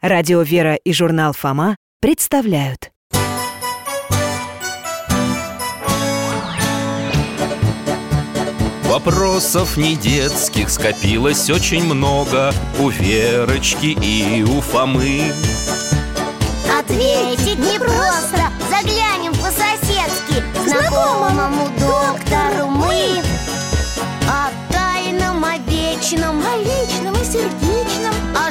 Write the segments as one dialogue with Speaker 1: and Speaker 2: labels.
Speaker 1: Радио «Вера» и журнал «Фома» представляют.
Speaker 2: Вопросов не детских скопилось очень много У Верочки и у Фомы
Speaker 3: Ответить непросто Заглянем по-соседски к Знакомому доктору мы О тайном, о вечном
Speaker 4: О личном и сердечном,
Speaker 3: О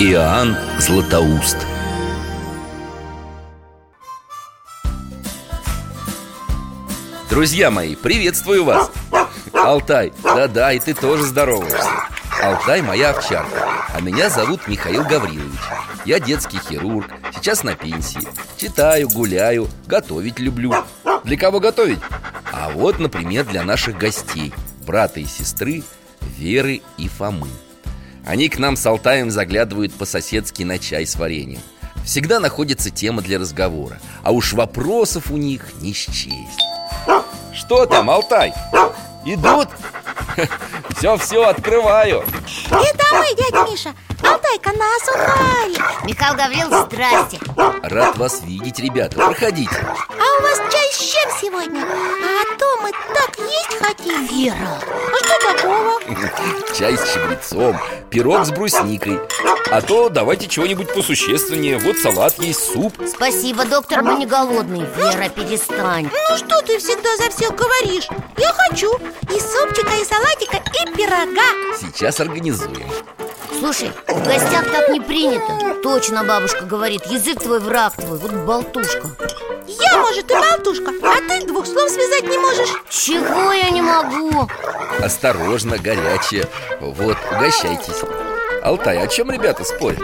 Speaker 2: Иоанн Златоуст Друзья мои, приветствую вас Алтай, да-да, и ты тоже здороваешься Алтай моя овчарка А меня зовут Михаил Гаврилович Я детский хирург, сейчас на пенсии Читаю, гуляю, готовить люблю Для кого готовить? А вот, например, для наших гостей Брата и сестры Веры и Фомы Они к нам с Алтаем заглядывают по-соседски на чай с вареньем Всегда находится тема для разговора А уж вопросов у них не счесть что там, Алтай? Идут? Все-все открываю
Speaker 4: Это мы, дядь Миша Алтайка нас ударит
Speaker 3: Михаил Гаврилович, здрасте
Speaker 2: Рад вас видеть, ребята, проходите
Speaker 4: А у вас чай с чем сегодня? А то мы так есть хотим Вера А что такого?
Speaker 2: Чай с чабрецом, пирог с брусникой А то давайте чего-нибудь посущественнее Вот салат есть, суп
Speaker 3: Спасибо, доктор, мы не голодные Вера, перестань
Speaker 4: Ну что ты всегда за все говоришь? Я хочу и супчика, и салатика, и пирога
Speaker 2: Сейчас организуем
Speaker 3: Слушай, в гостях так не принято Точно бабушка говорит Язык твой враг твой, вот болтушка
Speaker 4: Я, может, и болтушка, а ты двух слов связать не можешь
Speaker 3: Чего я не могу?
Speaker 2: Осторожно, горячее Вот, угощайтесь Алтай, о чем ребята спорят?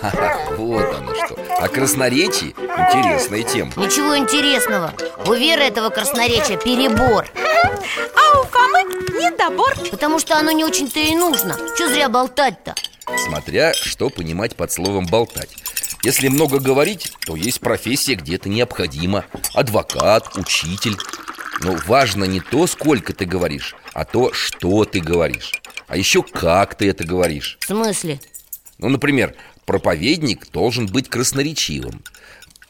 Speaker 2: Ха-ха, вот оно что О красноречии интересная тема
Speaker 3: Ничего интересного У Веры этого красноречия перебор
Speaker 4: А у Фомы недобор
Speaker 3: Потому что оно не очень-то и нужно Че зря болтать-то?
Speaker 2: Смотря что понимать под словом «болтать». Если много говорить, то есть профессия где-то необходима Адвокат, учитель Но важно не то, сколько ты говоришь, а то, что ты говоришь А еще как ты это говоришь
Speaker 3: В смысле?
Speaker 2: Ну, например, проповедник должен быть красноречивым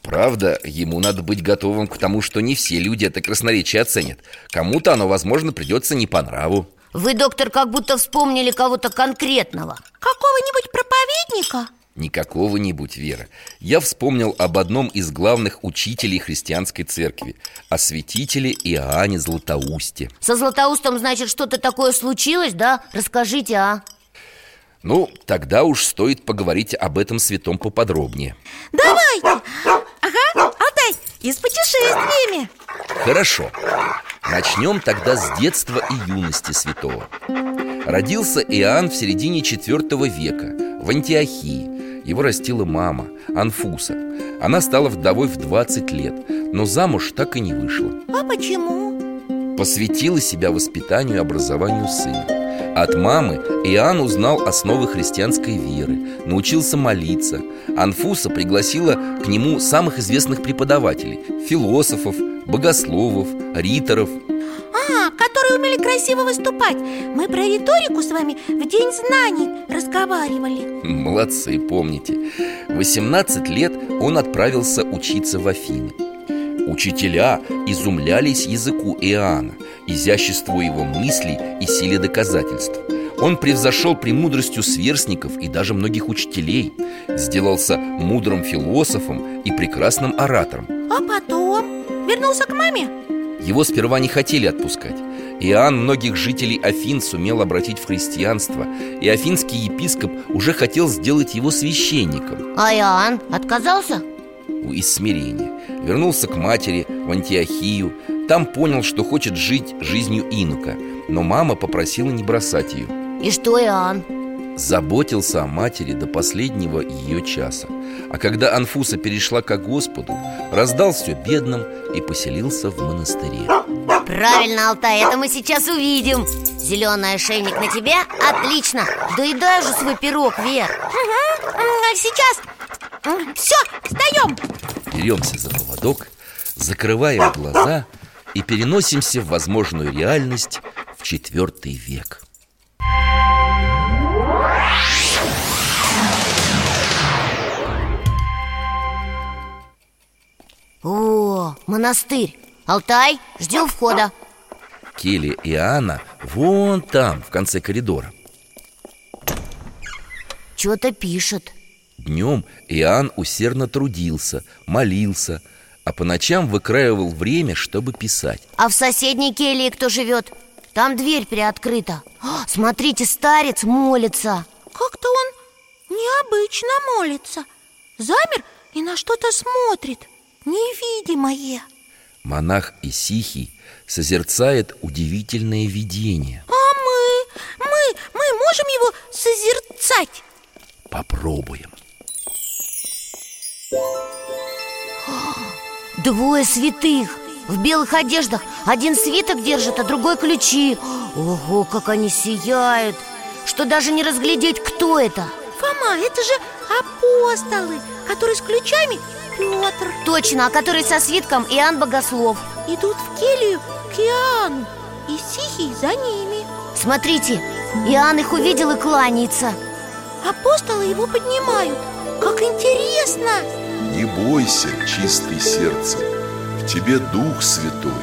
Speaker 2: Правда, ему надо быть готовым к тому, что не все люди это красноречие оценят Кому-то оно, возможно, придется не по нраву
Speaker 3: Вы, доктор, как будто вспомнили кого-то конкретного
Speaker 4: Какого-нибудь проповедника?
Speaker 2: Никакого-нибудь, Вера Я вспомнил об одном из главных учителей христианской церкви О святителе Иоанне Златоусте
Speaker 3: Со Златоустом, значит, что-то такое случилось, да? Расскажите, а?
Speaker 2: Ну, тогда уж стоит поговорить об этом святом поподробнее
Speaker 4: Давайте! Ага, Алтай, и с путешествиями
Speaker 2: Хорошо Начнем тогда с детства и юности святого Родился Иоанн в середине IV века в Антиохии Его растила мама, Анфуса Она стала вдовой в 20 лет, но замуж так и не вышла
Speaker 4: А почему?
Speaker 2: посвятила себя воспитанию и образованию сына. От мамы Иоанн узнал основы христианской веры, научился молиться. Анфуса пригласила к нему самых известных преподавателей – философов, богословов, риторов.
Speaker 4: А, которые умели красиво выступать Мы про риторику с вами в День знаний разговаривали
Speaker 2: Молодцы, помните. В 18 лет он отправился учиться в Афины. Учителя изумлялись языку Иоанна, изяществу его мыслей и силе доказательств. Он превзошел премудростью сверстников и даже многих учителей, сделался мудрым философом и прекрасным оратором.
Speaker 4: А потом? Вернулся к маме?
Speaker 2: Его сперва не хотели отпускать. Иоанн многих жителей Афин сумел обратить в христианство, и афинский епископ уже хотел сделать его священником.
Speaker 3: А Иоанн отказался?
Speaker 2: у- из смирения Вернулся к матери в Антиохию Там понял, что хочет жить жизнью инука Но мама попросила не бросать ее
Speaker 3: И что Иоанн?
Speaker 2: заботился о матери до последнего ее часа. А когда Анфуса перешла к Господу, раздал все бедным и поселился в монастыре.
Speaker 3: Правильно, Алтай, это мы сейчас увидим Зеленый ошейник на тебе? Отлично Доедай же свой пирог, Вер
Speaker 4: Мгм, м, а Сейчас Все, встаем
Speaker 2: Беремся за поводок, закрываем глаза и переносимся в возможную реальность в четвертый век.
Speaker 3: О, монастырь Алтай, жди у входа
Speaker 2: Келли и Анна вон там, в конце коридора.
Speaker 3: Что-то пишет
Speaker 2: Днем Иоанн усердно трудился, молился, а по ночам выкраивал время, чтобы писать.
Speaker 3: А в соседней келье кто живет? Там дверь приоткрыта О, Смотрите, старец молится
Speaker 4: Как-то он необычно молится Замер и на что-то смотрит Невидимое
Speaker 2: Монах Исихий созерцает удивительное видение.
Speaker 4: А мы? Мы, мы можем его созерцать
Speaker 2: Попробуем.
Speaker 3: Двое святых в белых одеждах Один свиток держит, а другой ключи Ого, как они сияют Что даже не разглядеть, кто это
Speaker 4: Фома, это же апостолы Которые с ключами и Петр
Speaker 3: Точно, а который со свитком Иоанн Богослов
Speaker 4: Идут в келью к Иоанну И Сихий за ними
Speaker 3: Смотрите, Иоанн их увидел и кланяется
Speaker 4: Апостолы его поднимают Как интересно!
Speaker 5: Не бойся, чистый сердцем, в тебе Дух Святой.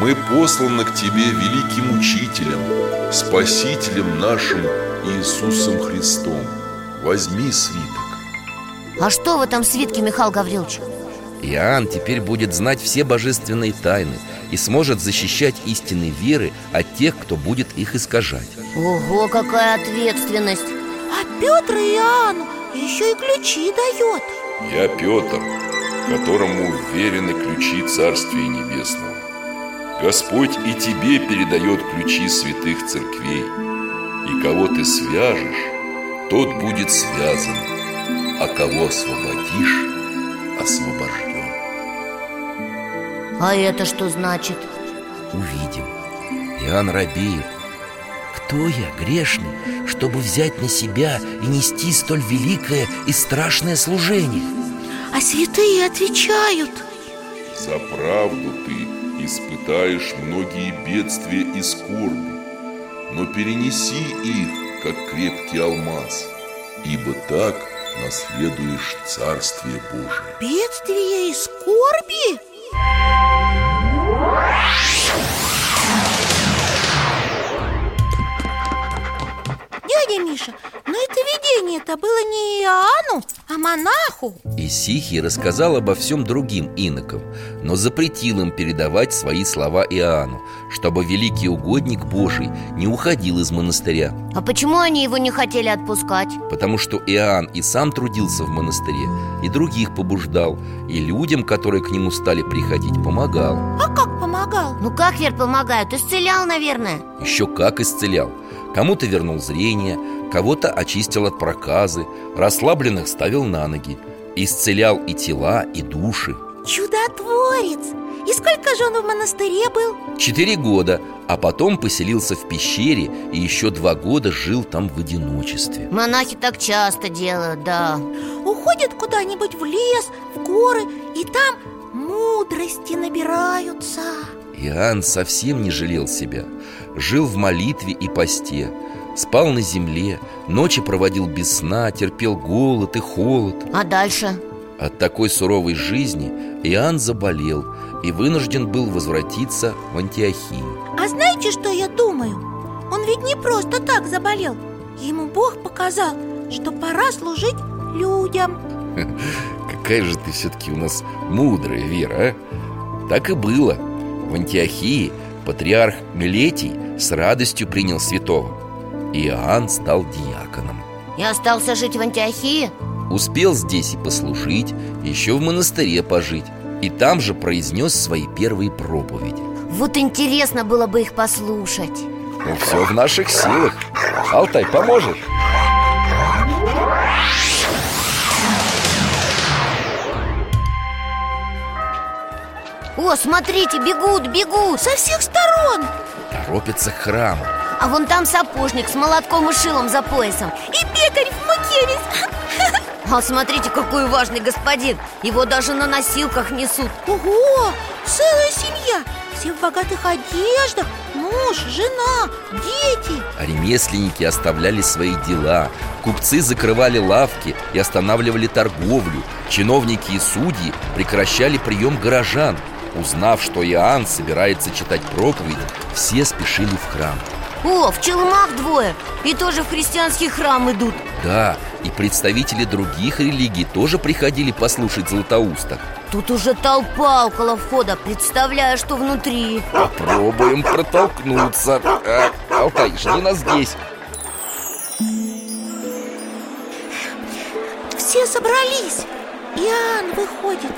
Speaker 5: Мы посланы к тебе великим учителем, спасителем нашим Иисусом Христом. Возьми свиток.
Speaker 3: А что в этом свитке, Михаил Гаврилович?
Speaker 2: Иоанн теперь будет знать все божественные тайны и сможет защищать истины веры от тех, кто будет их искажать.
Speaker 3: Ого, какая ответственность
Speaker 4: А Петр и Иоанну еще и ключи дает
Speaker 5: Я Петр, которому верены ключи Царствия Небесного. Господь и тебе передает ключи святых церквей. И кого ты свяжешь, тот будет связан, а кого освободишь, освобожден.
Speaker 3: А это что значит?
Speaker 2: Увидим. Иоанн робеет. Кто я, грешный, чтобы взять на себя и нести столь великое и страшное служение?
Speaker 4: А святые отвечают
Speaker 5: За правду ты испытаешь многие бедствия и скорби, но перенеси их, как крепкий алмаз, ибо так наследуешь Царствие Божие.
Speaker 4: Бедствия и скорби Дядя Миша, но это видение-то было не Иоанну, а монаху
Speaker 2: Исихий рассказал обо всем другим инокам, но запретил им передавать свои слова Иоанну, чтобы великий угодник Божий не уходил из монастыря,
Speaker 3: А почему они его не хотели отпускать?
Speaker 2: потому что Иоанн и сам трудился в монастыре, и других побуждал, и людям, которые к нему стали приходить, помогал.
Speaker 4: А как помогал?
Speaker 3: Ну как, Вер, помогают? Исцелял, наверное
Speaker 2: еще как исцелял. Кому-то вернул зрение, кого-то очистил от проказы, расслабленных ставил на ноги, исцелял и тела, и души.
Speaker 4: Чудотворец! И сколько же он в монастыре был?
Speaker 2: Четыре года, а потом поселился в пещере и еще два года жил там в одиночестве.
Speaker 3: Монахи так часто делают, да
Speaker 4: Уходят куда-нибудь в лес, в горы И там мудрости набираются
Speaker 2: Иоанн совсем не жалел себя. Жил в молитве и посте, спал на земле, ночи проводил без сна, терпел голод и холод.
Speaker 3: А дальше?
Speaker 2: От такой суровой жизни Иоанн заболел и вынужден был возвратиться в Антиохию.
Speaker 4: А знаете, что я думаю? Он ведь не просто так заболел Ему Бог показал, что пора служить людям
Speaker 2: Какая же ты все-таки у нас мудрая, Вера, а? Так и было. В Антиохии патриарх Милетий с радостью принял святого. Иоанн стал диаконом.
Speaker 3: И остался жить в Антиохии?
Speaker 2: Успел здесь и послужить, еще в монастыре пожить. И там же произнес свои первые проповеди.
Speaker 3: Вот интересно было бы их послушать
Speaker 2: Ну, все в наших силах. Алтай, поможешь?
Speaker 3: Ого, смотрите, бегут, бегут
Speaker 4: Со всех сторон
Speaker 2: Торопятся к храму
Speaker 3: А вон там сапожник с молотком и шилом за поясом
Speaker 4: И пекарь в муке весь
Speaker 3: А смотрите, какой важный господин Его даже на носилках несут
Speaker 4: Ого, целая семья Все в богатых одеждах Муж, жена, дети
Speaker 2: А ремесленники оставляли свои дела Купцы закрывали лавки и останавливали торговлю Чиновники и судьи прекращали прием горожан Узнав, что Иоанн собирается читать проповедь, все спешили в храм
Speaker 3: О, в челмах двое И тоже в христианский храм идут
Speaker 2: Да, и представители других религий тоже приходили послушать Златоуста
Speaker 3: Тут уже толпа около входа Представляю, что внутри
Speaker 2: Попробуем протолкнуться А, Алтай, жди нас здесь
Speaker 4: Все собрались Иоанн выходит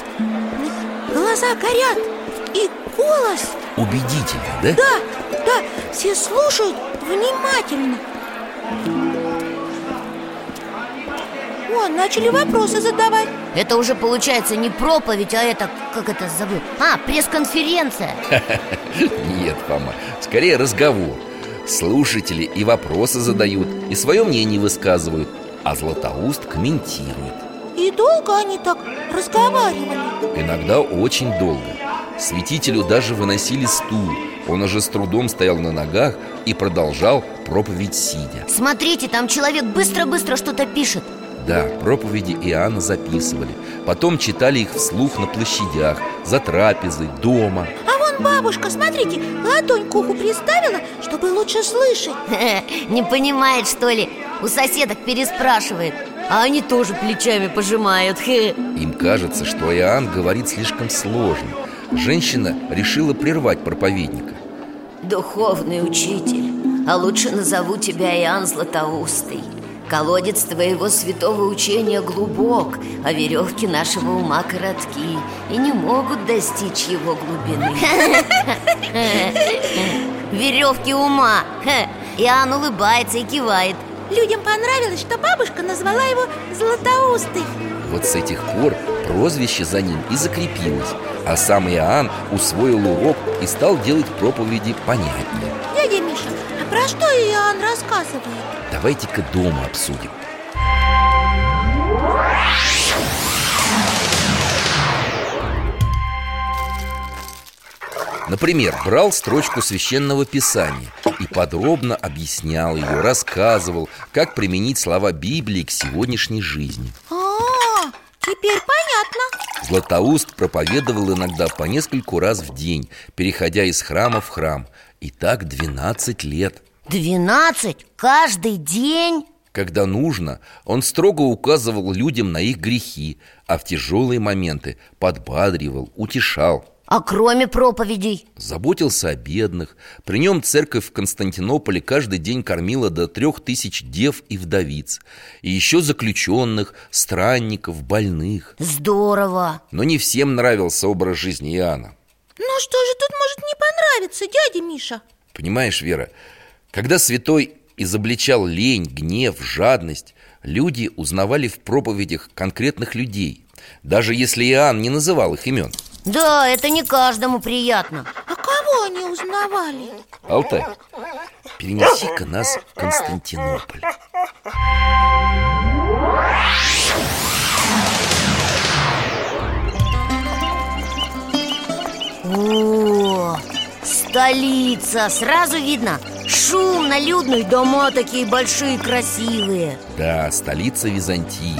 Speaker 4: Глаза горят И голос
Speaker 2: Убедительно, да?
Speaker 4: Да, да, все слушают внимательно О, начали вопросы задавать
Speaker 3: Это уже получается не проповедь, а это, как это забыл А, пресс-конференция
Speaker 2: Нет, мама, скорее разговор Слушатели и вопросы задают И свое мнение высказывают А Златоуст комментирует
Speaker 4: И долго они так разговаривали
Speaker 2: Иногда очень долго Святителю даже выносили стул Он уже с трудом стоял на ногах И продолжал проповедь сидя
Speaker 3: Смотрите, там человек быстро-быстро что-то пишет
Speaker 2: Да, проповеди Иоанна записывали Потом читали их вслух на площадях За трапезой, дома
Speaker 4: А вон бабушка, смотрите, ладонь к уху приставила, чтобы лучше слышать
Speaker 3: Не понимает, что ли? У соседок переспрашивает А они тоже плечами пожимают Хе.
Speaker 2: Им кажется, что Иоанн говорит слишком сложно Женщина решила прервать проповедника
Speaker 3: Духовный учитель А лучше назову тебя Иоанн Златоустый Колодец твоего святого учения глубок А веревки нашего ума коротки И не могут достичь его глубины Веревки ума Хе. Иоанн улыбается и кивает
Speaker 4: Людям понравилось, что бабушка назвала его Златоустый
Speaker 2: Вот с этих пор прозвище за ним и закрепилось А сам Иоанн усвоил урок и стал делать проповеди понятнее
Speaker 4: Дядя Миша, а про что Иоанн рассказывает?
Speaker 2: Давайте-ка дома обсудим Например, брал строчку священного писания и подробно объяснял ее, рассказывал, как применить слова Библии к сегодняшней жизни.
Speaker 4: А, теперь понятно
Speaker 2: Златоуст проповедовал иногда по нескольку раз в день, переходя из храма в храм. И так 12 лет.
Speaker 3: Двенадцать? Каждый день?
Speaker 2: Когда нужно, он строго указывал людям на их грехи, а в тяжелые моменты подбадривал, утешал.
Speaker 3: А кроме проповедей?
Speaker 2: Заботился о бедных. При нем церковь в Константинополе каждый день кормила до трех тысяч дев и вдовиц. И еще заключенных, странников, больных.
Speaker 3: Здорово
Speaker 2: Но не всем нравился образ жизни Иоанна.
Speaker 4: Ну что же тут может не понравиться, дядя Миша?
Speaker 2: Понимаешь, Вера, когда святой изобличал лень, гнев, жадность, люди узнавали в проповедях конкретных людей, даже если Иоанн не называл их имен.
Speaker 3: Да, это не каждому приятно
Speaker 4: А кого они узнавали?
Speaker 2: Алтай, перенеси-ка нас в Константинополь.
Speaker 3: О, столица, сразу видно Шумно, людно и дома такие большие, красивые
Speaker 2: Да, столица Византии.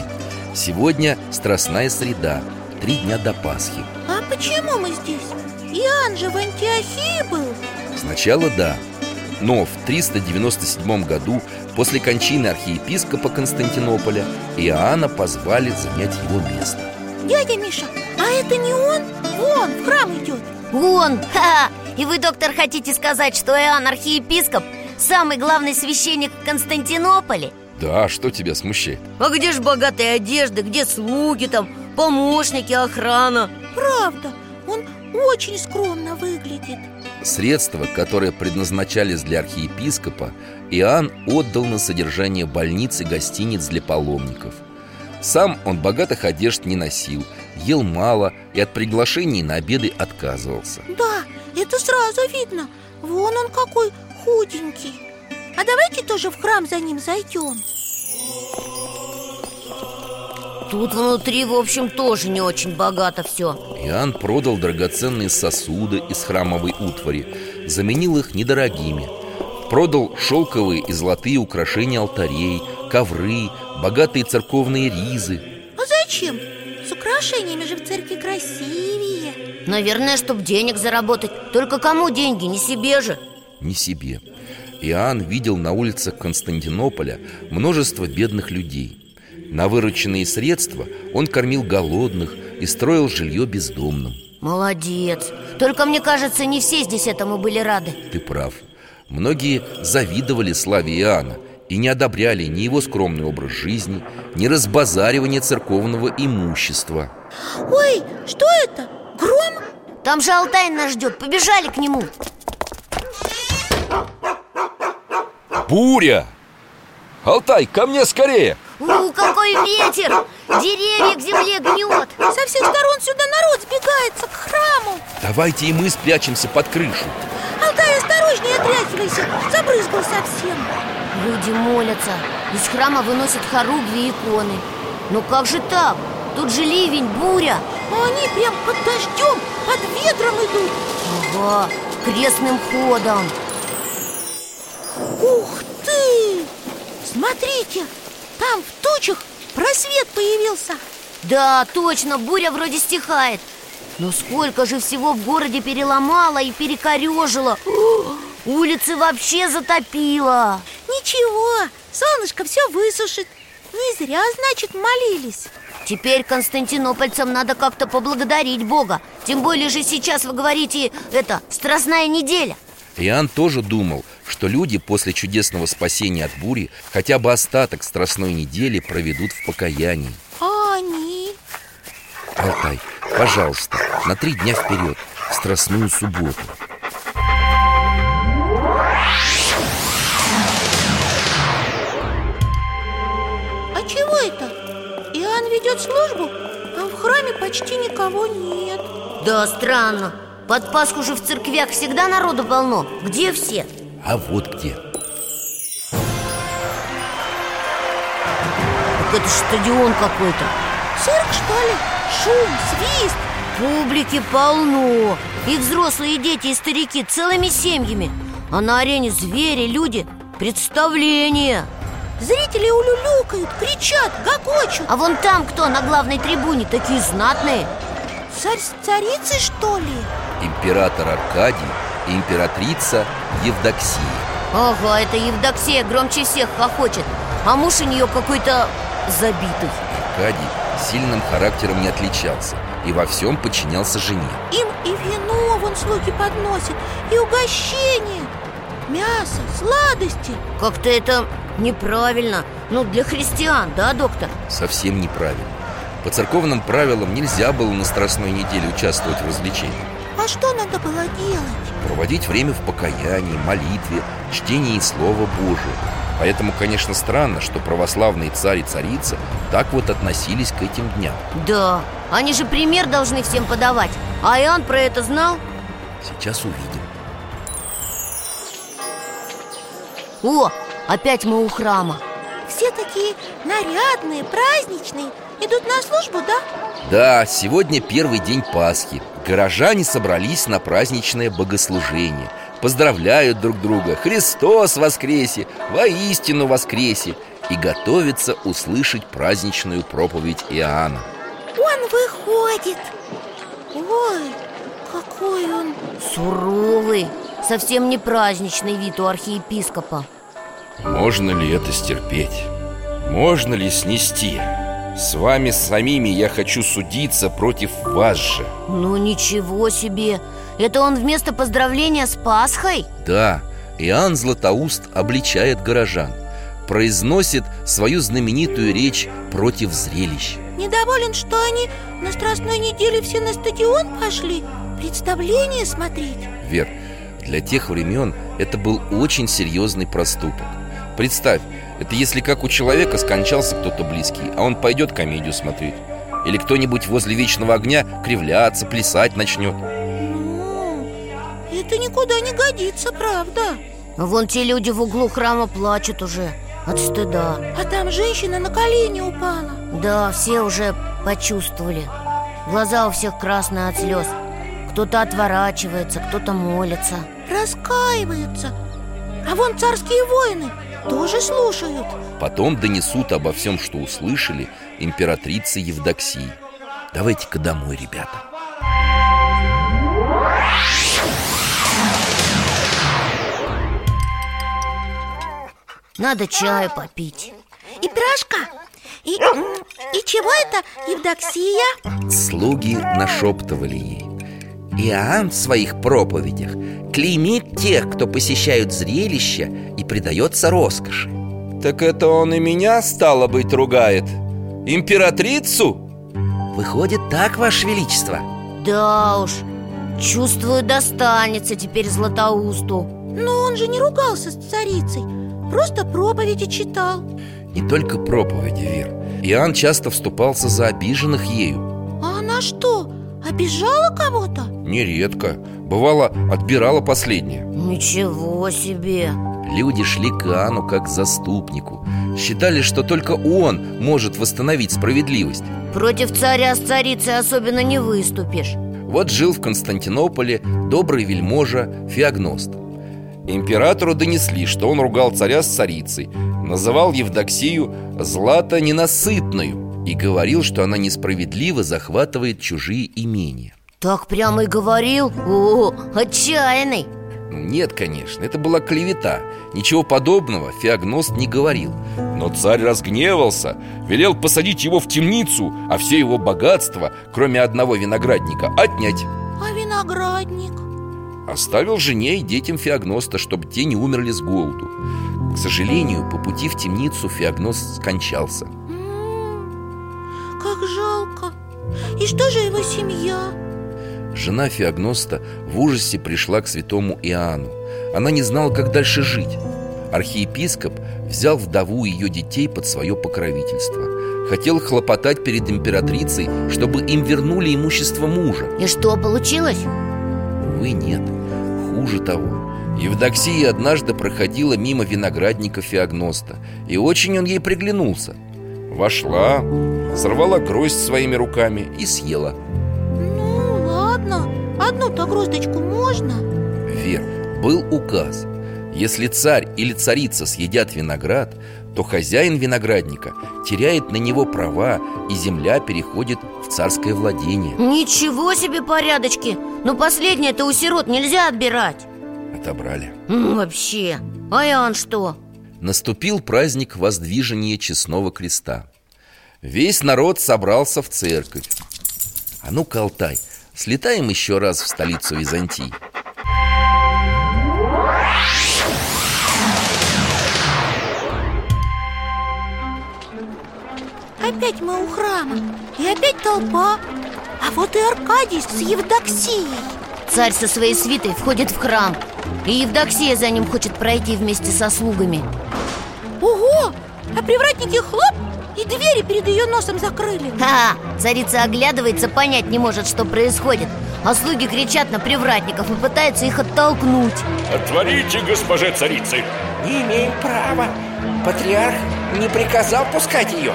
Speaker 2: Сегодня страстная среда, три дня до Пасхи.
Speaker 4: А почему мы здесь? Иоанн же в Антиохии был
Speaker 2: Сначала да, но в 397 году, после кончины архиепископа Константинополя, Иоанна позвали занять его место.
Speaker 4: Дядя Миша, а это не он? Вон, в храм идет
Speaker 3: Вон, ха! И вы, доктор, хотите сказать, что Иоанн архиепископ Самый главный священник в Константинополе?
Speaker 2: Да, что тебя смущает?
Speaker 3: А где же богатые одежды, где слуги там, помощники, охрана?
Speaker 4: Правда, он очень скромно выглядит
Speaker 2: Средства, которые предназначались для архиепископа, Иоанн отдал на содержание больниц и гостиниц для паломников. Сам он богатых одежд не носил, ел мало и от приглашений на обеды отказывался.
Speaker 4: Да, это сразу видно Вон он какой худенький А давайте тоже в храм за ним зайдем
Speaker 3: Тут внутри, в общем, тоже не очень богато все
Speaker 2: Иоанн продал драгоценные сосуды из храмовой утвари, заменил их недорогими. Продал шелковые и золотые украшения алтарей, ковры, богатые церковные ризы.
Speaker 4: А зачем? С украшениями же в церкви красивее
Speaker 3: Наверное, чтобы денег заработать Только кому деньги? Не себе же
Speaker 2: Не себе. Иоанн видел на улицах Константинополя множество бедных людей. На вырученные средства он кормил голодных и строил жилье бездомным.
Speaker 3: Молодец Только, мне кажется, не все здесь этому были рады
Speaker 2: Ты прав. Многие завидовали славе Иоанна и не одобряли ни его скромный образ жизни, ни разбазаривание церковного имущества.
Speaker 4: Ой, что это? Гром?
Speaker 3: Там же Алтай нас ждет, побежали к нему
Speaker 2: Буря! Алтай, ко мне скорее!
Speaker 3: У, какой ветер! Деревья к земле гнет
Speaker 4: Со всех сторон сюда народ сбегается к храму
Speaker 2: Давайте и мы спрячемся под крышу.
Speaker 4: Алтай, осторожнее отряхивайся Забрызгал совсем
Speaker 3: Люди молятся Из храма выносят хоругви и иконы Но как же так? Тут же ливень, буря
Speaker 4: А они прям под дождем, под ветром идут
Speaker 3: Ага, крестным ходом
Speaker 4: Ух ты! Смотрите, там в тучах просвет появился
Speaker 3: Да, точно, буря вроде стихает Но сколько же всего в городе переломало и перекорежило Ух, Улицы вообще затопило
Speaker 4: Ничего, солнышко все высушит Не зря, значит, молились
Speaker 3: Теперь константинопольцам надо как-то поблагодарить Бога Тем более же сейчас вы говорите, это, страстная неделя
Speaker 2: Иоанн тоже думал, что люди после чудесного спасения от бури хотя бы остаток страстной недели проведут в покаянии.
Speaker 4: А они?
Speaker 2: Алтай, пожалуйста, на три дня вперед, в страстную субботу.
Speaker 4: А чего это? Иоанн ведет службу, а в храме почти никого нет
Speaker 3: Да, странно Под Пасху же в церквях всегда народу полно Где все?
Speaker 2: А вот где.
Speaker 3: Так это ж стадион какой-то
Speaker 4: Цирк, что ли? Шум, свист
Speaker 3: Публики полно И взрослые, и дети, и старики целыми семьями А на арене звери, люди, представление
Speaker 4: Зрители улюлюкают, кричат, гогочут
Speaker 3: А вон там кто на главной трибуне, такие знатные
Speaker 4: Царь с царицей, что ли?
Speaker 2: Император Аркадий и императрица Евдоксия.
Speaker 3: Ага, это Евдоксия громче всех хохочет А муж у нее какой-то забитый
Speaker 2: Аркадий сильным характером не отличался и во всем подчинялся жене.
Speaker 4: Им и вино вон слуги подносят, и угощение Мясо, сладости
Speaker 3: Как-то это неправильно Ну, для христиан, да, доктор?
Speaker 2: Совсем неправильно. По церковным правилам нельзя было на страстной неделе участвовать в развлечениях.
Speaker 4: А что надо было делать?
Speaker 2: проводить время в покаянии, молитве, чтении Слова Божьего. Поэтому, конечно, странно, что православные царь и царица так вот относились к этим дням.
Speaker 3: Да, они же пример должны всем подавать А Иоанн про это знал?
Speaker 2: Сейчас увидим.
Speaker 3: О, опять мы у храма
Speaker 4: Все такие нарядные, праздничные Идут на службу, да?
Speaker 2: Да, сегодня первый день Пасхи. Горожане собрались на праздничное богослужение. Поздравляют друг друга. Христос воскресе! Воистину воскресе! И готовятся услышать праздничную проповедь Иоанна.
Speaker 4: Он выходит Ой, какой он
Speaker 3: Суровый, совсем не праздничный вид у архиепископа
Speaker 2: Можно ли это стерпеть? Можно ли снести? С вами самими я хочу судиться против вас же
Speaker 3: Ну ничего себе, это он вместо поздравления с Пасхой?
Speaker 2: Да, Иоанн Златоуст обличает горожан Произносит свою знаменитую речь против зрелищ
Speaker 4: Недоволен, что они на страстной неделе все на стадион пошли Представление смотреть
Speaker 2: Вер, для тех времен это был очень серьезный проступок Представь, Это если как у человека скончался кто-то близкий, а он пойдет комедию смотреть. Или кто-нибудь возле вечного огня кривляться, плясать начнет.
Speaker 4: Ну, это никуда не годится, правда
Speaker 3: Вон те люди в углу храма плачут уже от стыда
Speaker 4: А там женщина на колени упала
Speaker 3: Да, все уже почувствовали Глаза у всех красные от слез Кто-то отворачивается, кто-то молится
Speaker 4: Раскаивается А вон царские воины тоже слушают
Speaker 2: Потом донесут обо всем, что услышали, императрице Евдоксии. Давайте-ка домой, ребята.
Speaker 3: Надо чаю попить
Speaker 4: И пирожка И, м, и чего это, Евдоксия?
Speaker 2: Слуги нашептывали ей Иоанн в своих проповедях клеймит тех, кто посещают зрелища и предается роскоши Так это он и меня, стало быть, ругает? Императрицу? Выходит так, Ваше Величество
Speaker 3: Да уж, чувствую, достанется теперь Златоусту
Speaker 4: Но он же не ругался с царицей Просто проповеди читал
Speaker 2: Не только проповеди, Вер Иоанн часто вступался за обиженных ею
Speaker 4: А она что, обижала кого-то?
Speaker 2: Нередко Бывало, отбирала последнее
Speaker 3: Ничего себе
Speaker 2: Люди шли к Иоанну как к заступнику Считали, что только он может восстановить справедливость
Speaker 3: Против царя с царицей особенно не выступишь
Speaker 2: Вот жил в Константинополе добрый вельможа Феогност Императору донесли, что он ругал царя с царицей Называл Евдоксию «злато ненасытную» И говорил, что она несправедливо захватывает чужие имения
Speaker 3: Так прямо и говорил? О, отчаянный
Speaker 2: Ну, Нет, конечно, это была клевета Ничего подобного Феогност не говорил Но царь разгневался Велел посадить его в темницу А все его богатства, кроме одного виноградника, отнять
Speaker 4: А виноградник?
Speaker 2: Оставил жене и детям Феогноста, чтобы те не умерли с голоду К сожалению, по пути в темницу Феогност скончался
Speaker 4: М, Как жалко И что же его семья?
Speaker 2: Жена Феогноста в ужасе пришла к святому Иоанну Она не знала, как дальше жить Архиепископ взял вдову и ее детей под свое покровительство Хотел хлопотать перед императрицей, чтобы им вернули имущество мужа
Speaker 3: И что получилось?
Speaker 2: Увы, нет. Хуже того. Евдоксия однажды проходила мимо виноградника Феогноста, и очень он ей приглянулся. Вошла, сорвала гроздь своими руками и съела.
Speaker 4: Ну, ладно Одну-то гроздочку можно?
Speaker 2: Вер, был указ. Если царь или царица съедят виноград, то хозяин виноградника теряет на него права, и земля переходит в царское владение.
Speaker 3: Ничего себе порядочки Но последнее-то у сирот нельзя отбирать
Speaker 2: Отобрали.
Speaker 3: М, Вообще, а Иоанн что?
Speaker 2: Наступил праздник воздвижения честного креста Весь народ собрался в церковь А ну-ка, Алтай, слетаем еще раз в столицу Византии
Speaker 4: Опять мы у храма И опять толпа А вот и Аркадий с Евдоксией
Speaker 3: Царь со своей свитой входит в храм И Евдоксия за ним хочет пройти вместе со слугами
Speaker 4: Ого! А привратники хлоп И двери перед ее носом закрыли
Speaker 3: Ха! Царица оглядывается, понять не может, что происходит А слуги кричат на привратников и пытаются их оттолкнуть
Speaker 6: Отворите, госпоже царицы!
Speaker 7: Не имеем права. Патриарх не приказал пускать ее.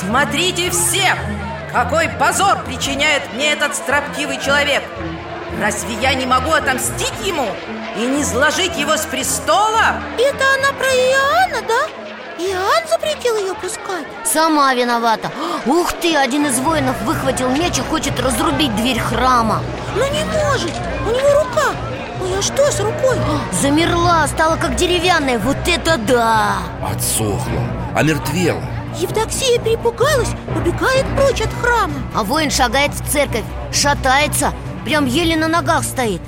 Speaker 8: Смотрите все! Какой позор причиняет мне этот строптивый человек! Разве я не могу отомстить ему и не сложить его с престола?
Speaker 4: Это она про Иоанна, да? Иоанн запретил ее пускать
Speaker 3: Сама виновата Ух ты, один из воинов выхватил меч и хочет разрубить дверь храма
Speaker 4: Но Ну, не может, у него рука Ой, а что с рукой?
Speaker 3: Замерла, стала как деревянная Вот это да!
Speaker 2: Отсохла, омертвела
Speaker 4: А, Евдоксия перепугалась, убегает прочь от храма
Speaker 3: А воин шагает в церковь, шатается Прям еле на ногах стоит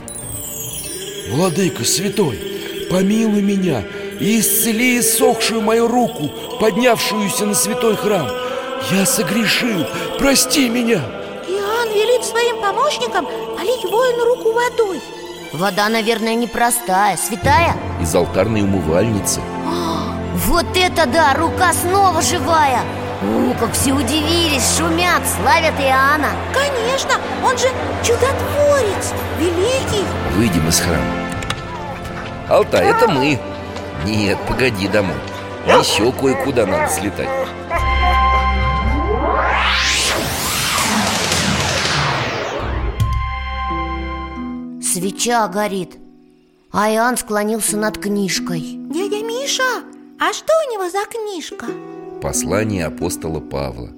Speaker 9: Владыка святой, помилуй меня и исцели иссохшую мою руку, поднявшуюся на святой храм. Я согрешил, прости меня.
Speaker 4: Иоанн велит своим помощникам полить воину руку водой
Speaker 3: Вода, наверное, непростая, святая
Speaker 4: А,
Speaker 2: Из алтарной умывальницы
Speaker 3: Вот это да, рука снова живая О, как все удивились, шумят, славят Иоанна
Speaker 4: Конечно, он же чудотворец, великий
Speaker 2: Выйдем из храма Алтай, это мы Нет, погоди домой Еще кое-куда надо слетать
Speaker 3: Свеча горит А Иоанн склонился над книжкой
Speaker 4: Дядя Миша, а что у него за книжка?
Speaker 2: Послание апостола Павла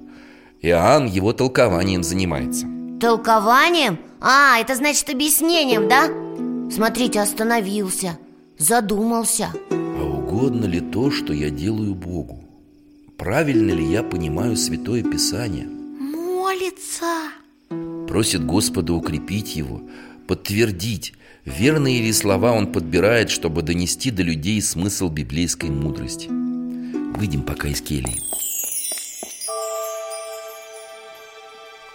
Speaker 2: Иоанн его толкованием занимается
Speaker 3: Толкованием? А, это значит объяснением, да? Смотрите, остановился Задумался
Speaker 2: А угодно ли то, что я делаю Богу? Правильно ли я понимаю Святое Писание?
Speaker 4: Молится
Speaker 2: Просит Господа укрепить его, подтвердить, верные ли слова он подбирает, чтобы донести до людей смысл библейской мудрости. Выйдем пока из кельи.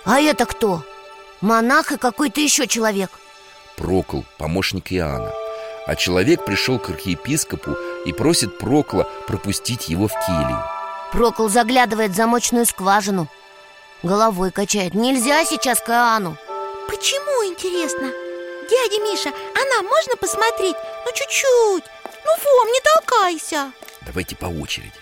Speaker 3: А это кто? Монах и какой-то еще человек
Speaker 2: Прокол, помощник Иоанна. А человек пришел к архиепископу и просит Прокла пропустить его в келью.
Speaker 3: Прокол заглядывает в замочную скважину Головой качает Нельзя сейчас к Иоанну
Speaker 4: Почему, интересно? Дядя Миша, она можно посмотреть? Ну, чуть-чуть Ну, Фом, не толкайся
Speaker 2: Давайте по очереди.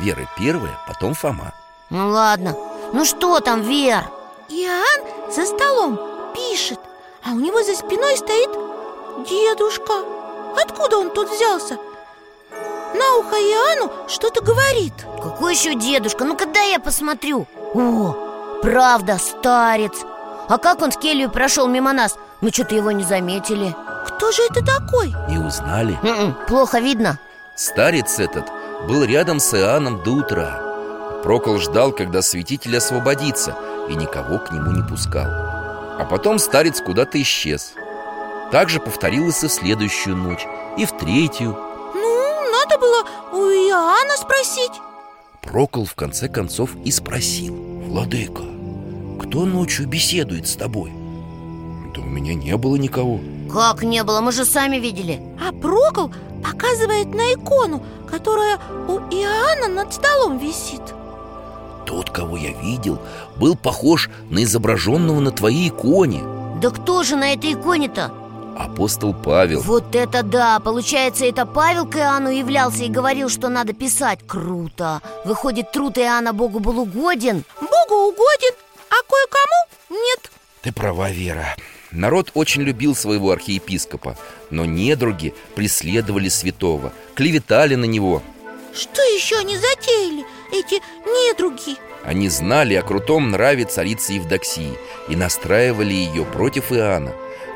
Speaker 2: Вера первая, потом Фома.
Speaker 3: Ну ладно, ну что там, Вер?
Speaker 4: Иоанн за столом пишет А у него за спиной стоит дедушка Откуда он тут взялся? На ухо Иоанну что-то говорит
Speaker 3: Какой еще дедушка? Ну когда я посмотрю? О, правда, старец А как он с келью прошел мимо нас? Мы что-то его не заметили
Speaker 4: Кто же это такой?
Speaker 2: Не узнали?
Speaker 3: М-м, Плохо видно
Speaker 2: Старец этот был рядом с Иоанном до утра. Прокол ждал, когда святитель освободится, и никого к нему не пускал. А потом старец куда-то исчез. Так же повторилось и в следующую ночь, и в третью.
Speaker 4: Ну, надо было у Иоанна спросить
Speaker 2: Прокол в конце концов и спросил. «Владыка, кто ночью беседует с тобой?» «Да у меня не было никого».
Speaker 3: Как не было, мы же сами видели
Speaker 4: А Прокол показывает на икону, которая у Иоанна над столом висит
Speaker 2: Тот, кого я видел, был похож на изображенного на твоей иконе.
Speaker 3: Да кто же на этой иконе-то?
Speaker 2: Апостол Павел.
Speaker 3: Вот это да! Получается, это Павел к Иоанну являлся и говорил, что надо писать Круто! Выходит, труд Иоанна Богу был угоден?
Speaker 4: Богу угоден, а кое-кому нет
Speaker 9: Ты права, Вера
Speaker 2: Народ очень любил своего архиепископа, но недруги преследовали святого, клеветали на него.
Speaker 4: Что еще они затеяли, эти недруги?
Speaker 2: Они знали о крутом нраве царицы Евдоксии и настраивали ее против Иоанна.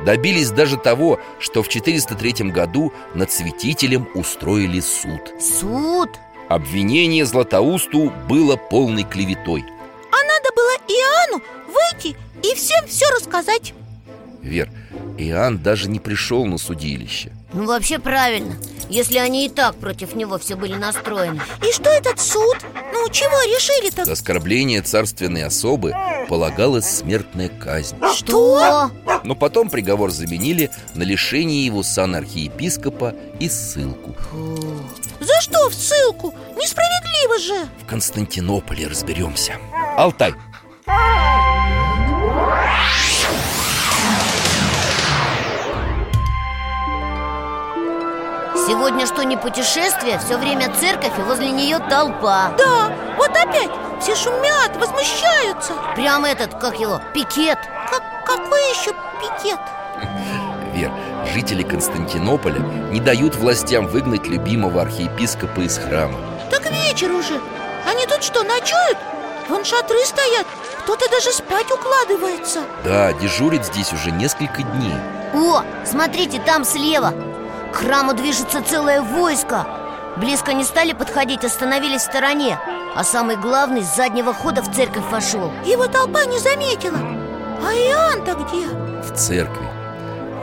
Speaker 2: Добились даже того, что в 403 году над святителем устроили суд.
Speaker 3: Суд!
Speaker 2: Обвинение Златоусту было полной клеветой.
Speaker 4: А надо было Иоанну выйти и всем все рассказать
Speaker 2: Вер, Иоанн даже не пришел на судилище.
Speaker 3: Ну, вообще правильно, если они и так против него все были настроены
Speaker 4: И что этот суд? Ну, чего решили-то?
Speaker 2: За оскорбление царственной особы полагалась смертная казнь.
Speaker 3: Что?
Speaker 2: Но потом приговор заменили на лишение его сан архиепископа и ссылку.
Speaker 4: За что в ссылку? Несправедливо же
Speaker 2: В Константинополе разберемся. Алтай,
Speaker 3: Сегодня что, не путешествие? Все время церковь и возле нее толпа
Speaker 4: Да, вот опять все шумят, возмущаются
Speaker 3: Прям этот, как его, пикет
Speaker 4: как, Какой еще пикет?
Speaker 2: Вер, жители Константинополя не дают властям выгнать любимого архиепископа из храма.
Speaker 4: Так вечер уже Они тут что, ночуют? Вон шатры стоят Кто-то даже спать укладывается
Speaker 2: Да, дежурит здесь уже несколько дней.
Speaker 3: О, смотрите, там слева К храму движется целое войско Близко не стали подходить, остановились в стороне А самый главный с заднего хода в церковь вошел
Speaker 4: Его толпа не заметила А Иоанн-то где?
Speaker 2: В церкви.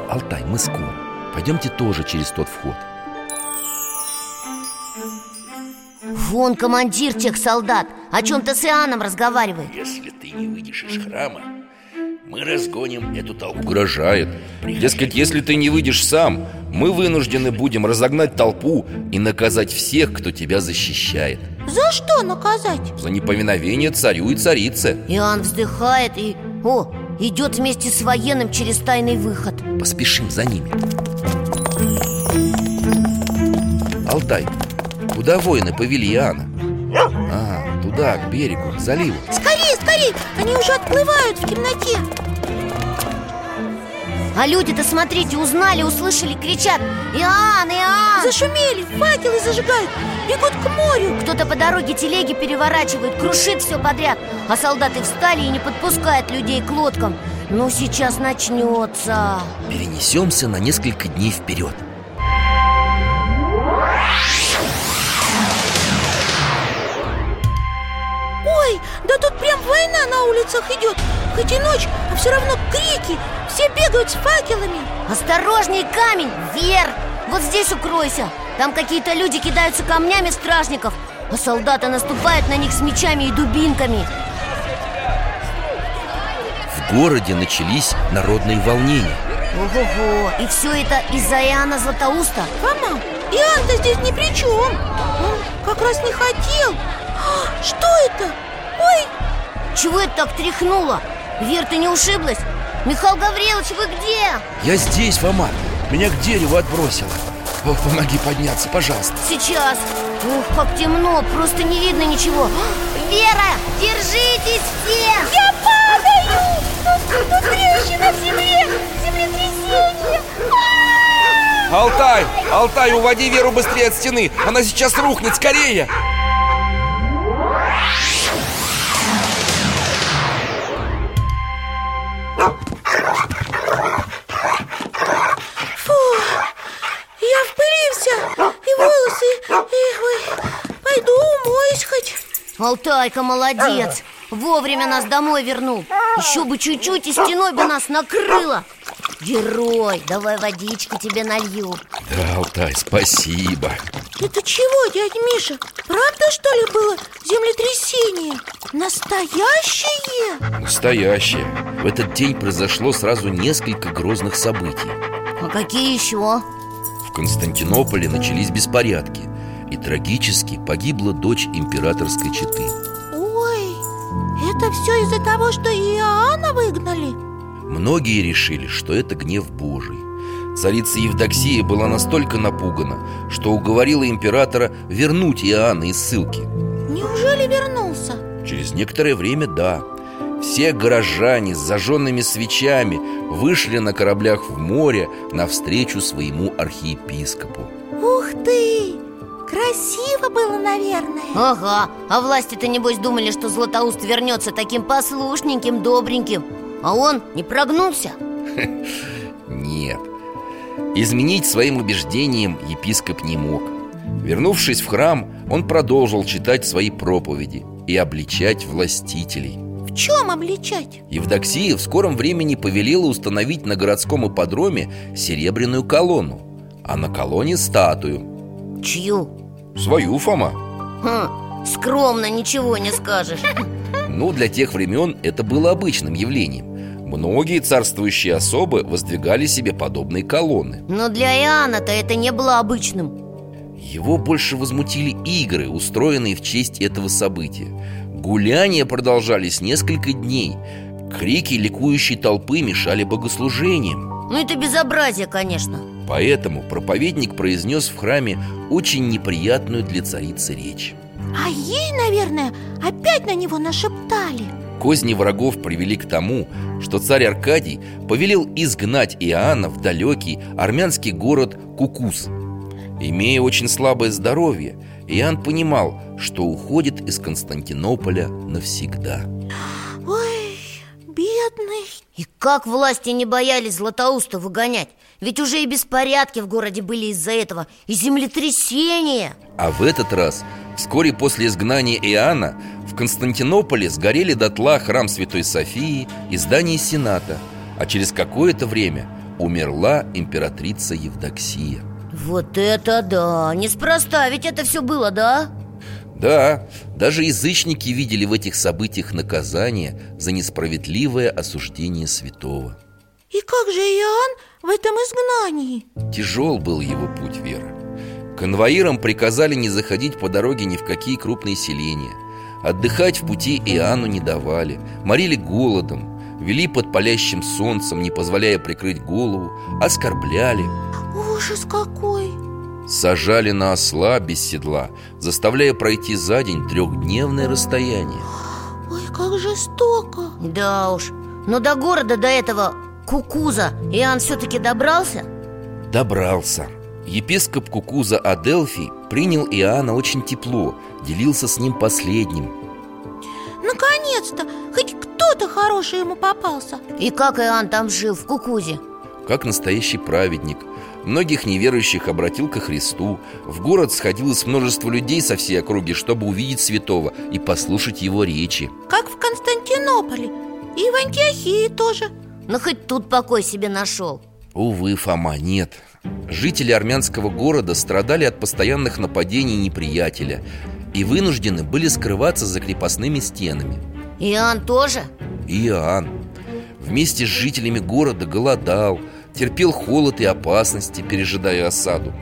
Speaker 2: Алтай, мы скоро. Пойдемте тоже через тот вход.
Speaker 3: Вон командир тех солдат О чем-то с Иоанном разговаривает
Speaker 2: Если ты не выйдешь из храма,
Speaker 10: Мы разгоним эту толпу
Speaker 2: Угрожает Дескать, если ты не выйдешь сам Мы вынуждены будем разогнать толпу И наказать всех, кто тебя защищает
Speaker 4: За что наказать?
Speaker 2: За неповиновение царю и царице
Speaker 3: Иоанн вздыхает и... О, идет вместе с военным через тайный выход
Speaker 2: Поспешим за ними Алтай, куда воины повели Иоанна? А, туда, к берегу, к заливу
Speaker 4: Скорее, скорее! Они уже отплывают в темноте
Speaker 3: А люди-то, смотрите, узнали, услышали, кричат Иоанн, Иоанн!
Speaker 4: Зашумели, факелы зажигают Бегут к морю
Speaker 3: Кто-то по дороге телеги переворачивает, крушит все подряд А солдаты встали и не подпускают людей к лодкам Ну, сейчас начнется
Speaker 2: Перенесемся на несколько дней вперед
Speaker 4: Ой, да тут прям война на улицах идет Хоть и ночь, а все равно крики Все бегают с факелами
Speaker 3: Осторожней, камень! Вверх! Вот здесь укройся! Там какие-то люди кидаются камнями в стражников А солдаты наступают на них с мечами и дубинками
Speaker 2: В городе начались народные волнения
Speaker 3: Ого-го! И все это из-за Иоанна Златоуста?
Speaker 4: Мама, Иоанн-то здесь ни при чем Он как раз не хотел А, Что это? Ой,
Speaker 3: Чего это так тряхнуло? Вер, ты не ушиблась? Михаил Гаврилович, вы где?
Speaker 9: Я здесь, Фома Меня к дереву отбросило О, помоги подняться, пожалуйста
Speaker 3: Сейчас Ух, как темно, просто не видно ничего Вера, держитесь все!
Speaker 4: я падаю! Тут, тут трещина в земле! Землетрясение!
Speaker 9: Алтай, Алтай, уводи Веру быстрее от стены Она сейчас рухнет, скорее
Speaker 4: Фу, я впырився И волосы, и, ой, Пойду умоюсь хоть
Speaker 3: Алтайка, молодец! Вовремя нас домой вернул Еще бы чуть-чуть и стеной бы нас накрыло Герой, давай водички тебе налью
Speaker 2: Да, Алтай, спасибо
Speaker 4: Это чего, дядь Миша? Правда, что ли, было землетрясение? Настоящее?
Speaker 2: Настоящее В этот день произошло сразу несколько грозных событий
Speaker 3: А какие еще?
Speaker 2: В Константинополе начались беспорядки И трагически погибла дочь императорской четы
Speaker 4: Ой, это все из-за того, что Иоанна выгнали?
Speaker 2: Многие решили, что это гнев Божий Царица Евдоксия была настолько напугана, что уговорила императора вернуть Иоанна из ссылки
Speaker 4: Неужели вернулся?
Speaker 2: Через некоторое время да Все горожане с зажженными свечами вышли на кораблях в море навстречу своему архиепископу
Speaker 4: Ух ты! Красиво было, наверное
Speaker 3: Ага, а власти-то небось думали, что Златоуст вернется таким послушненьким, добреньким А он не прогнулся?
Speaker 2: Нет Изменить своим убеждением епископ не мог Вернувшись в храм, он продолжил читать свои проповеди и обличать властителей
Speaker 4: В чем обличать?
Speaker 2: Евдоксия в скором времени повелела установить на городском ипподроме серебряную колонну А на колонне статую
Speaker 3: Чью?
Speaker 2: Свою, Фома
Speaker 3: Хм, скромно ничего не скажешь
Speaker 2: Ну, для тех времен это было обычным явлением Многие царствующие особы воздвигали себе подобные колонны
Speaker 3: Но для Иоанна-то это не было обычным
Speaker 2: Его больше возмутили игры, устроенные в честь этого события. Гуляния продолжались несколько дней. Крики ликующей толпы мешали богослужениям.
Speaker 3: Ну это безобразие, конечно
Speaker 2: Поэтому проповедник произнес в храме очень неприятную для царицы речь.
Speaker 4: А ей, наверное, опять на него нашептали
Speaker 2: Козни врагов привели к тому, что царь Аркадий повелел изгнать Иоанна в далекий армянский город Кукус. Имея очень слабое здоровье, Иоанн понимал, что уходит из Константинополя навсегда.
Speaker 4: Ой, бедный
Speaker 3: И как власти не боялись Златоуста выгонять Ведь уже и беспорядки в городе были из-за этого И землетрясение
Speaker 2: А в этот раз, вскоре после изгнания Иоанна, в Константинополе сгорели дотла храм Святой Софии и здание Сената, а через какое-то время умерла императрица Евдоксия.
Speaker 3: Вот это да! Неспроста ведь это все было, да?
Speaker 2: Да, даже язычники видели в этих событиях наказание за несправедливое осуждение святого.
Speaker 4: И как же Иоанн в этом изгнании?
Speaker 2: Тяжел был его путь, Вера. Конвоирам приказали не заходить по дороге ни в какие крупные селения. Отдыхать в пути Иоанну не давали, морили голодом, вели под палящим солнцем, не позволяя прикрыть голову, оскорбляли,
Speaker 4: Ужас какой!
Speaker 2: сажали на осла без седла, заставляя пройти за день трехдневное расстояние.
Speaker 4: Ой, как жестоко!
Speaker 3: Да уж, но до города до этого Кукуза Иоанн все-таки добрался?
Speaker 2: Добрался. Епископ Кукуза Аделфий принял Иоанна очень тепло, делился с ним последним.
Speaker 4: Наконец-то! Хоть кто-то хороший ему попался
Speaker 3: И как Иоанн там жил, в Кукузе?
Speaker 2: Как настоящий праведник, многих неверующих обратил ко Христу. В город сходилось множество людей со всей округи, чтобы увидеть святого и послушать его речи.
Speaker 4: Как в Константинополе И в Антиохии тоже
Speaker 3: Ну хоть тут покой себе нашел
Speaker 2: Увы, Фома, нет Жители армянского города страдали от постоянных нападений неприятеля И вынуждены были скрываться за крепостными стенами
Speaker 3: Иоанн тоже?
Speaker 2: Иоанн вместе с жителями города голодал Терпел холод и опасности, пережидая осаду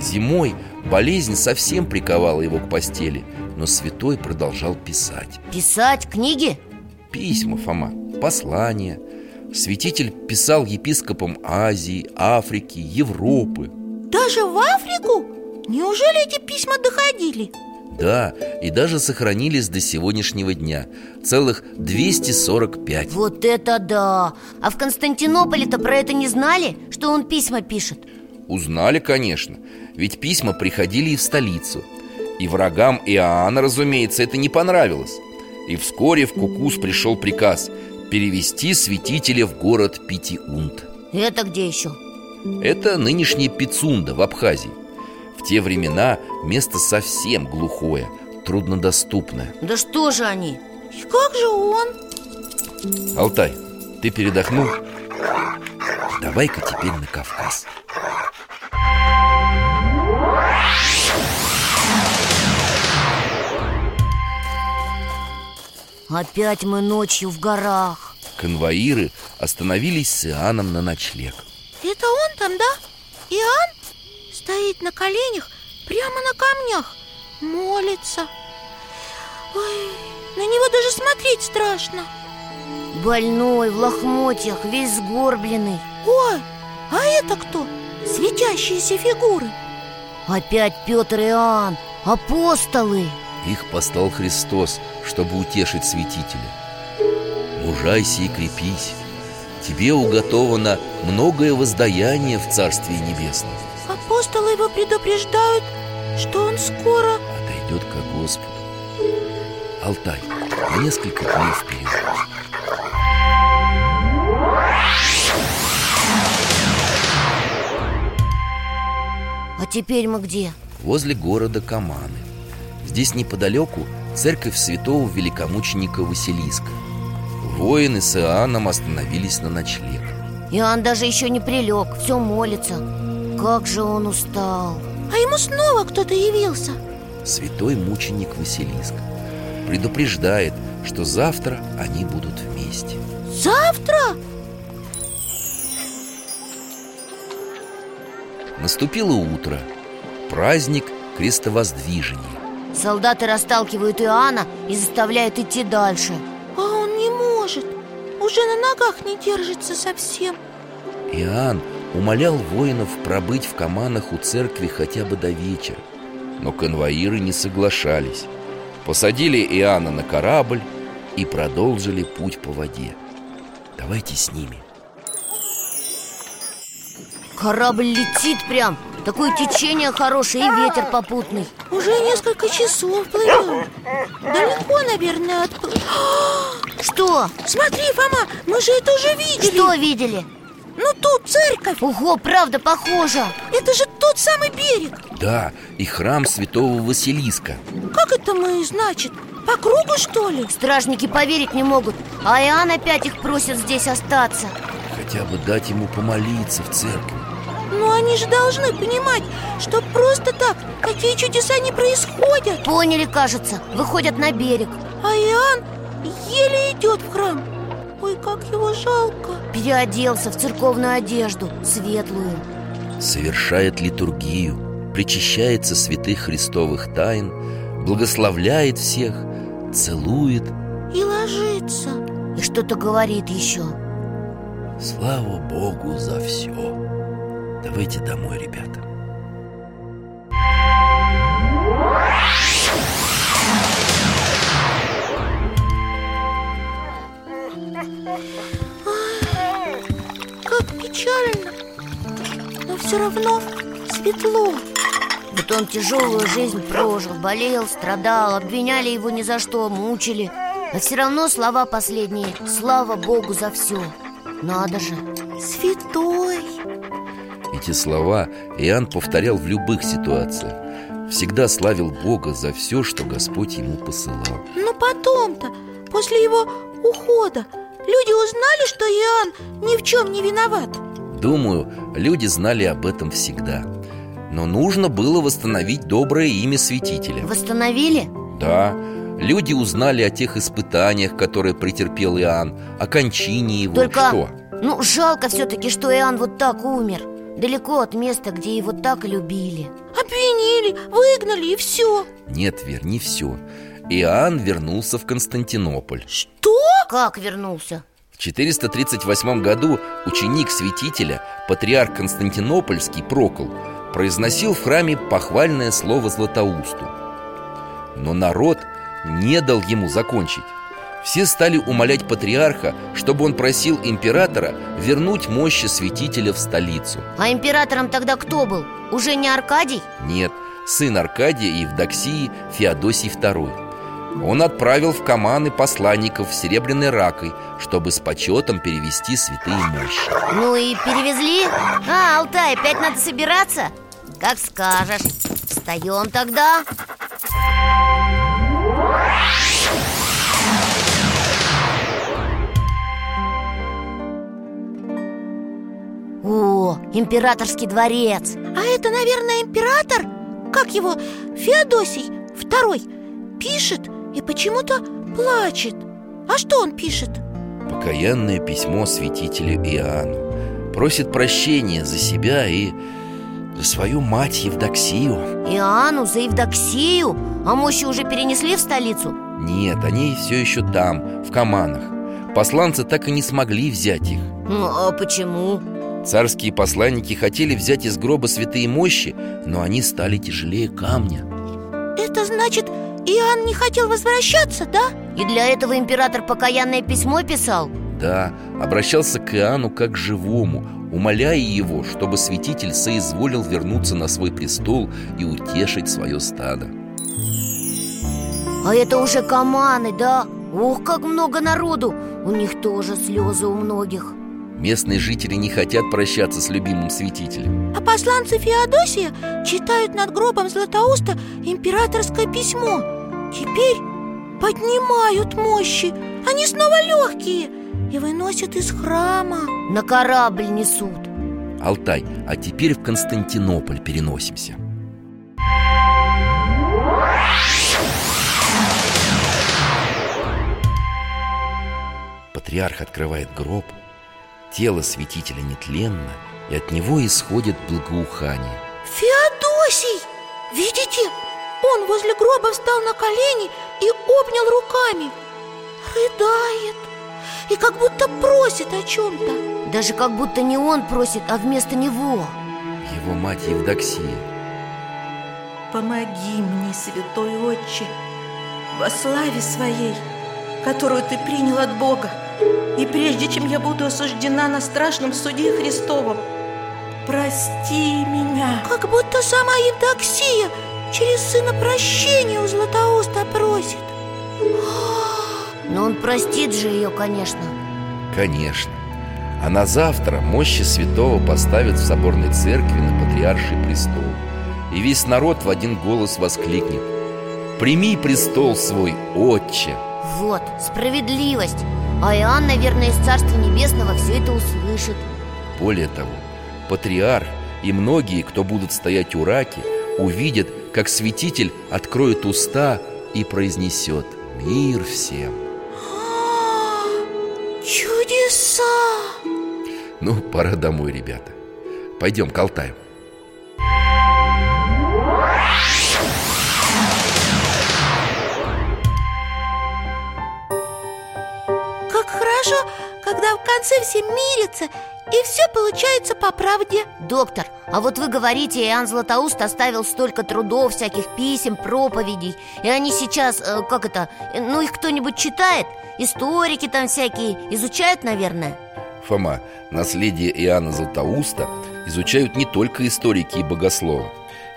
Speaker 2: Зимой болезнь совсем приковала его к постели Но святой продолжал писать
Speaker 3: Писать книги?
Speaker 2: письма, Фома, послания. Святитель писал епископам Азии, Африки, Европы.
Speaker 4: Даже в Африку? Неужели эти письма доходили?
Speaker 2: Да, и даже сохранились до сегодняшнего дня. Целых 245.
Speaker 3: Вот это да! А в Константинополе-то про это не знали, что он письма пишет?
Speaker 2: Узнали, конечно, ведь письма приходили и в столицу. И врагам Иоанна, разумеется, это не понравилось. И вскоре в Кукус пришел приказ перевести святителя в город Питиунт.
Speaker 3: Это где еще?
Speaker 2: Это нынешняя Пицунда в Абхазии. В те времена место совсем глухое, труднодоступное.
Speaker 3: Да что же они?
Speaker 4: И как же он?
Speaker 2: Алтай, ты передохнул? Давай-ка теперь на Кавказ.
Speaker 3: Опять мы ночью в горах
Speaker 2: Конвоиры остановились с Иоанном на ночлег.
Speaker 4: Это он там, да? Иоанн стоит на коленях прямо на камнях Молится Ой, на него даже смотреть страшно
Speaker 3: Больной, в лохмотьях, весь сгорбленный
Speaker 4: Ой, а это кто? Светящиеся фигуры
Speaker 3: Опять Петр и Иоанн, апостолы
Speaker 2: Их послал Христос, чтобы утешить святителя. Мужайся и крепись. Тебе уготовано многое воздаяние в Царстве Небесном.
Speaker 4: Апостолы его предупреждают, что он скоро
Speaker 2: Отойдет к Господу. Алтай, на несколько дней вперед.
Speaker 3: А теперь мы где?
Speaker 2: возле города Каманы. Здесь неподалеку церковь святого великомученика Василиска. Воины с Иоанном остановились на ночлег.
Speaker 3: Иоанн даже еще не прилег, все молится Как же он устал
Speaker 4: А ему снова кто-то явился
Speaker 2: Святой мученик Василиск предупреждает, что завтра они будут вместе.
Speaker 4: Завтра?
Speaker 2: Наступило утро. Праздник крестовоздвижения.
Speaker 3: Солдаты расталкивают Иоанна и заставляют идти дальше
Speaker 4: А он не может Уже на ногах не держится совсем
Speaker 2: Иоанн умолял воинов пробыть в каманах у церкви хотя бы до вечера. Но конвоиры не соглашались. Посадили Иоанна на корабль и продолжили путь по воде. Давайте с ними.
Speaker 3: Корабль летит прям Такое течение хорошее и ветер попутный
Speaker 4: Уже несколько часов плывем Далеко, наверное, от...
Speaker 3: Что?
Speaker 4: Смотри, Фома, мы же это уже видели
Speaker 3: Что видели?
Speaker 4: Ну тут церковь,
Speaker 3: Ого, правда похоже
Speaker 4: это же тот самый берег
Speaker 2: Да, и храм святого Василиска.
Speaker 4: Как это мы, значит, по кругу, что ли?
Speaker 3: Стражники поверить не могут А Иоанн опять их просит здесь остаться
Speaker 2: Хотя бы дать ему помолиться в церкви.
Speaker 4: Но Ну, они же должны понимать, что просто так такие чудеса не происходят
Speaker 3: Поняли, кажется, выходят на берег
Speaker 4: А Иоанн еле идет в храм Ой, как его жалко
Speaker 3: Переоделся в церковную одежду, светлую
Speaker 2: Совершает литургию, причащается святых христовых тайн Благословляет всех, целует
Speaker 4: И ложится
Speaker 3: И что-то говорит еще
Speaker 2: Слава Богу за все Давайте домой, ребята
Speaker 4: Как печально Но все равно светло
Speaker 3: Вот он тяжелую жизнь прожил, болел, страдал Обвиняли его ни за что, мучили А все равно слова последние Слава Богу за все Надо же
Speaker 4: Святой
Speaker 2: Эти слова Иоанн повторял в любых ситуациях Всегда славил Бога за все, что Господь ему посылал
Speaker 4: Но потом-то, после его ухода Люди узнали, что Иоанн ни в чем не виноват
Speaker 2: Думаю, люди знали об этом всегда Но нужно было восстановить доброе имя святителя
Speaker 3: Восстановили?
Speaker 2: Ну Да, люди узнали о тех испытаниях, которые претерпел Иоанн О кончине его
Speaker 3: Только,
Speaker 2: Что?
Speaker 3: ну, жалко все-таки, что Иоанн вот так умер Далеко от места, где его так любили
Speaker 4: Обвинили, выгнали и все
Speaker 2: Нет, Вер, не все Иоанн вернулся в Константинополь
Speaker 4: Что?
Speaker 3: Как вернулся?
Speaker 2: В 438 году ученик святителя, патриарх Константинопольский Прокол, произносил в храме похвальное слово Златоусту. Но народ не дал ему закончить. Все стали умолять патриарха, чтобы он просил императора вернуть мощи святителя в столицу.
Speaker 3: А императором тогда кто был? Уже не Аркадий?
Speaker 2: Нет, сын Аркадия и Евдоксии Феодосий II. Он отправил в Каманы посланников в Серебряной Ракой, чтобы с почетом перевести святые мощи.
Speaker 3: Ну и перевезли? А, Алтай, опять надо собираться? Как скажешь Встаем тогда О, императорский дворец
Speaker 4: А это, наверное, император, как его, Феодосий второй, пишет и почему-то плачет. А что он пишет?
Speaker 2: Покаянное письмо святителю Иоанну Просит прощения за себя и за свою мать Евдоксию
Speaker 3: Иоанну за Евдоксию? А мощи уже перенесли в столицу?
Speaker 2: Нет, они все еще там, в Каманах Посланцы так и не смогли взять их
Speaker 3: Ну, а почему?
Speaker 2: Царские посланники хотели взять из гроба святые мощи, но они стали тяжелее камня.
Speaker 4: Это значит, Иоанн не хотел возвращаться, да?
Speaker 3: И для этого император покаянное письмо писал?
Speaker 2: Да, обращался к Иоанну как к живому, умоляя его, чтобы святитель соизволил вернуться на свой престол и утешить свое стадо.
Speaker 3: А это уже команы, да? Ох, как много народу! У них тоже слезы у многих
Speaker 2: Местные жители не хотят прощаться с любимым святителем
Speaker 4: А посланцы Феодосия читают над гробом Златоуста императорское письмо Теперь поднимают мощи, они снова легкие и выносят из храма
Speaker 3: На корабль несут
Speaker 2: Алтай, а теперь в Константинополь переносимся Патриарх открывает гроб Тело святителя нетленно И от него исходит благоухание
Speaker 4: Феодосий! Видите? Он возле гроба встал на колени и обнял руками Рыдает и как будто просит о чем-то
Speaker 3: Даже как будто не он просит, а вместо него
Speaker 2: Его мать Евдоксия
Speaker 8: Помоги мне, святой отче, во славе своей, которую ты принял от Бога И прежде чем я буду осуждена на страшном суде Христовом, прости меня
Speaker 4: Как будто сама Евдоксия через сына прощения у Златоуста просит
Speaker 3: Но он простит же ее, конечно
Speaker 2: Конечно А на завтра мощи святого поставят в соборной церкви на Патриарший престол И весь народ в один голос воскликнет Прими престол свой, отче
Speaker 3: Вот, справедливость А Иоанн, наверное, из Царства Небесного все это услышит
Speaker 2: Более того, патриарх И многие, кто будут стоять у раки, увидят, как святитель откроет уста и произнесет «Мир всем!»
Speaker 4: Чудеса!
Speaker 2: Ну, пора домой, ребята Пойдем к Алтаю
Speaker 4: Как хорошо, когда в конце все мирятся и все получается по правде
Speaker 3: Доктор, а вот вы говорите, Иоанн Златоуст оставил столько трудов, всяких писем, проповедей И они сейчас, э, как это, э, ну их кто-нибудь читает? Историки там всякие изучают, наверное?
Speaker 2: Фома, наследие Иоанна Златоуста изучают не только историки и богословы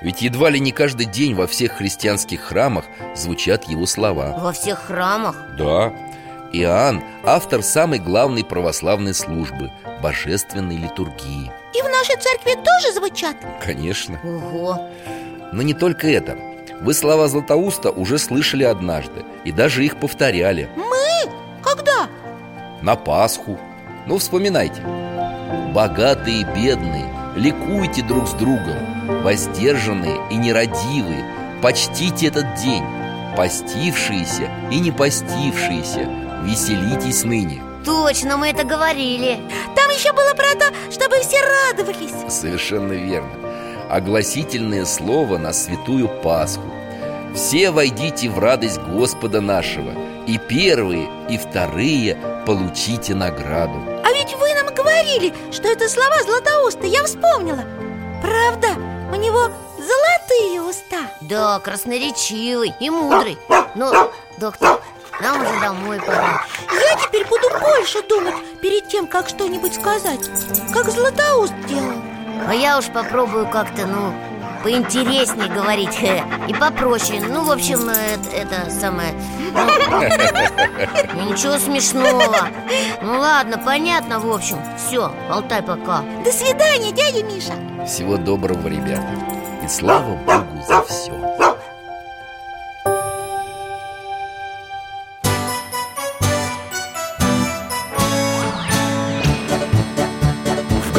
Speaker 2: Ведь едва ли не каждый день во всех христианских храмах звучат его слова
Speaker 3: Во всех храмах?
Speaker 2: Да, Иоанн – автор самой главной православной службы – божественной литургии
Speaker 4: И в нашей церкви тоже звучат
Speaker 2: Конечно
Speaker 3: Ого,
Speaker 2: Но не только это Вы слова Златоуста уже слышали однажды И даже их повторяли
Speaker 4: Мы? Когда?
Speaker 2: на Пасху. Ну, вспоминайте. Богатые и бедные, ликуйте друг с другом, воздержанные и нерадивые, почтите этот день, постившиеся и не постившиеся, веселитесь ныне.
Speaker 3: точно мы это говорили
Speaker 4: А Там еще было про то, чтобы все радовались
Speaker 2: Совершенно верно. Огласительное слово на святую Пасху. Все войдите в радость Господа нашего, и первые, и вторые получите награду.
Speaker 4: А ведь вы нам говорили, что это слова Златоуста, я вспомнила Правда, у него золотые уста
Speaker 3: Да, красноречивый и мудрый Но, доктор, нам уже домой пора
Speaker 4: Я теперь буду больше думать перед тем, как что-нибудь сказать Как Златоуст делал
Speaker 3: А я уж попробую как-то, ну, поинтереснее говорить хе, И попроще, ну, в общем, э, это, самое ну, Ничего смешного Ну ладно, понятно, в общем Все, Алтай, пока
Speaker 4: До свидания, дядя Миша
Speaker 2: Всего доброго, ребята И слава Богу за все В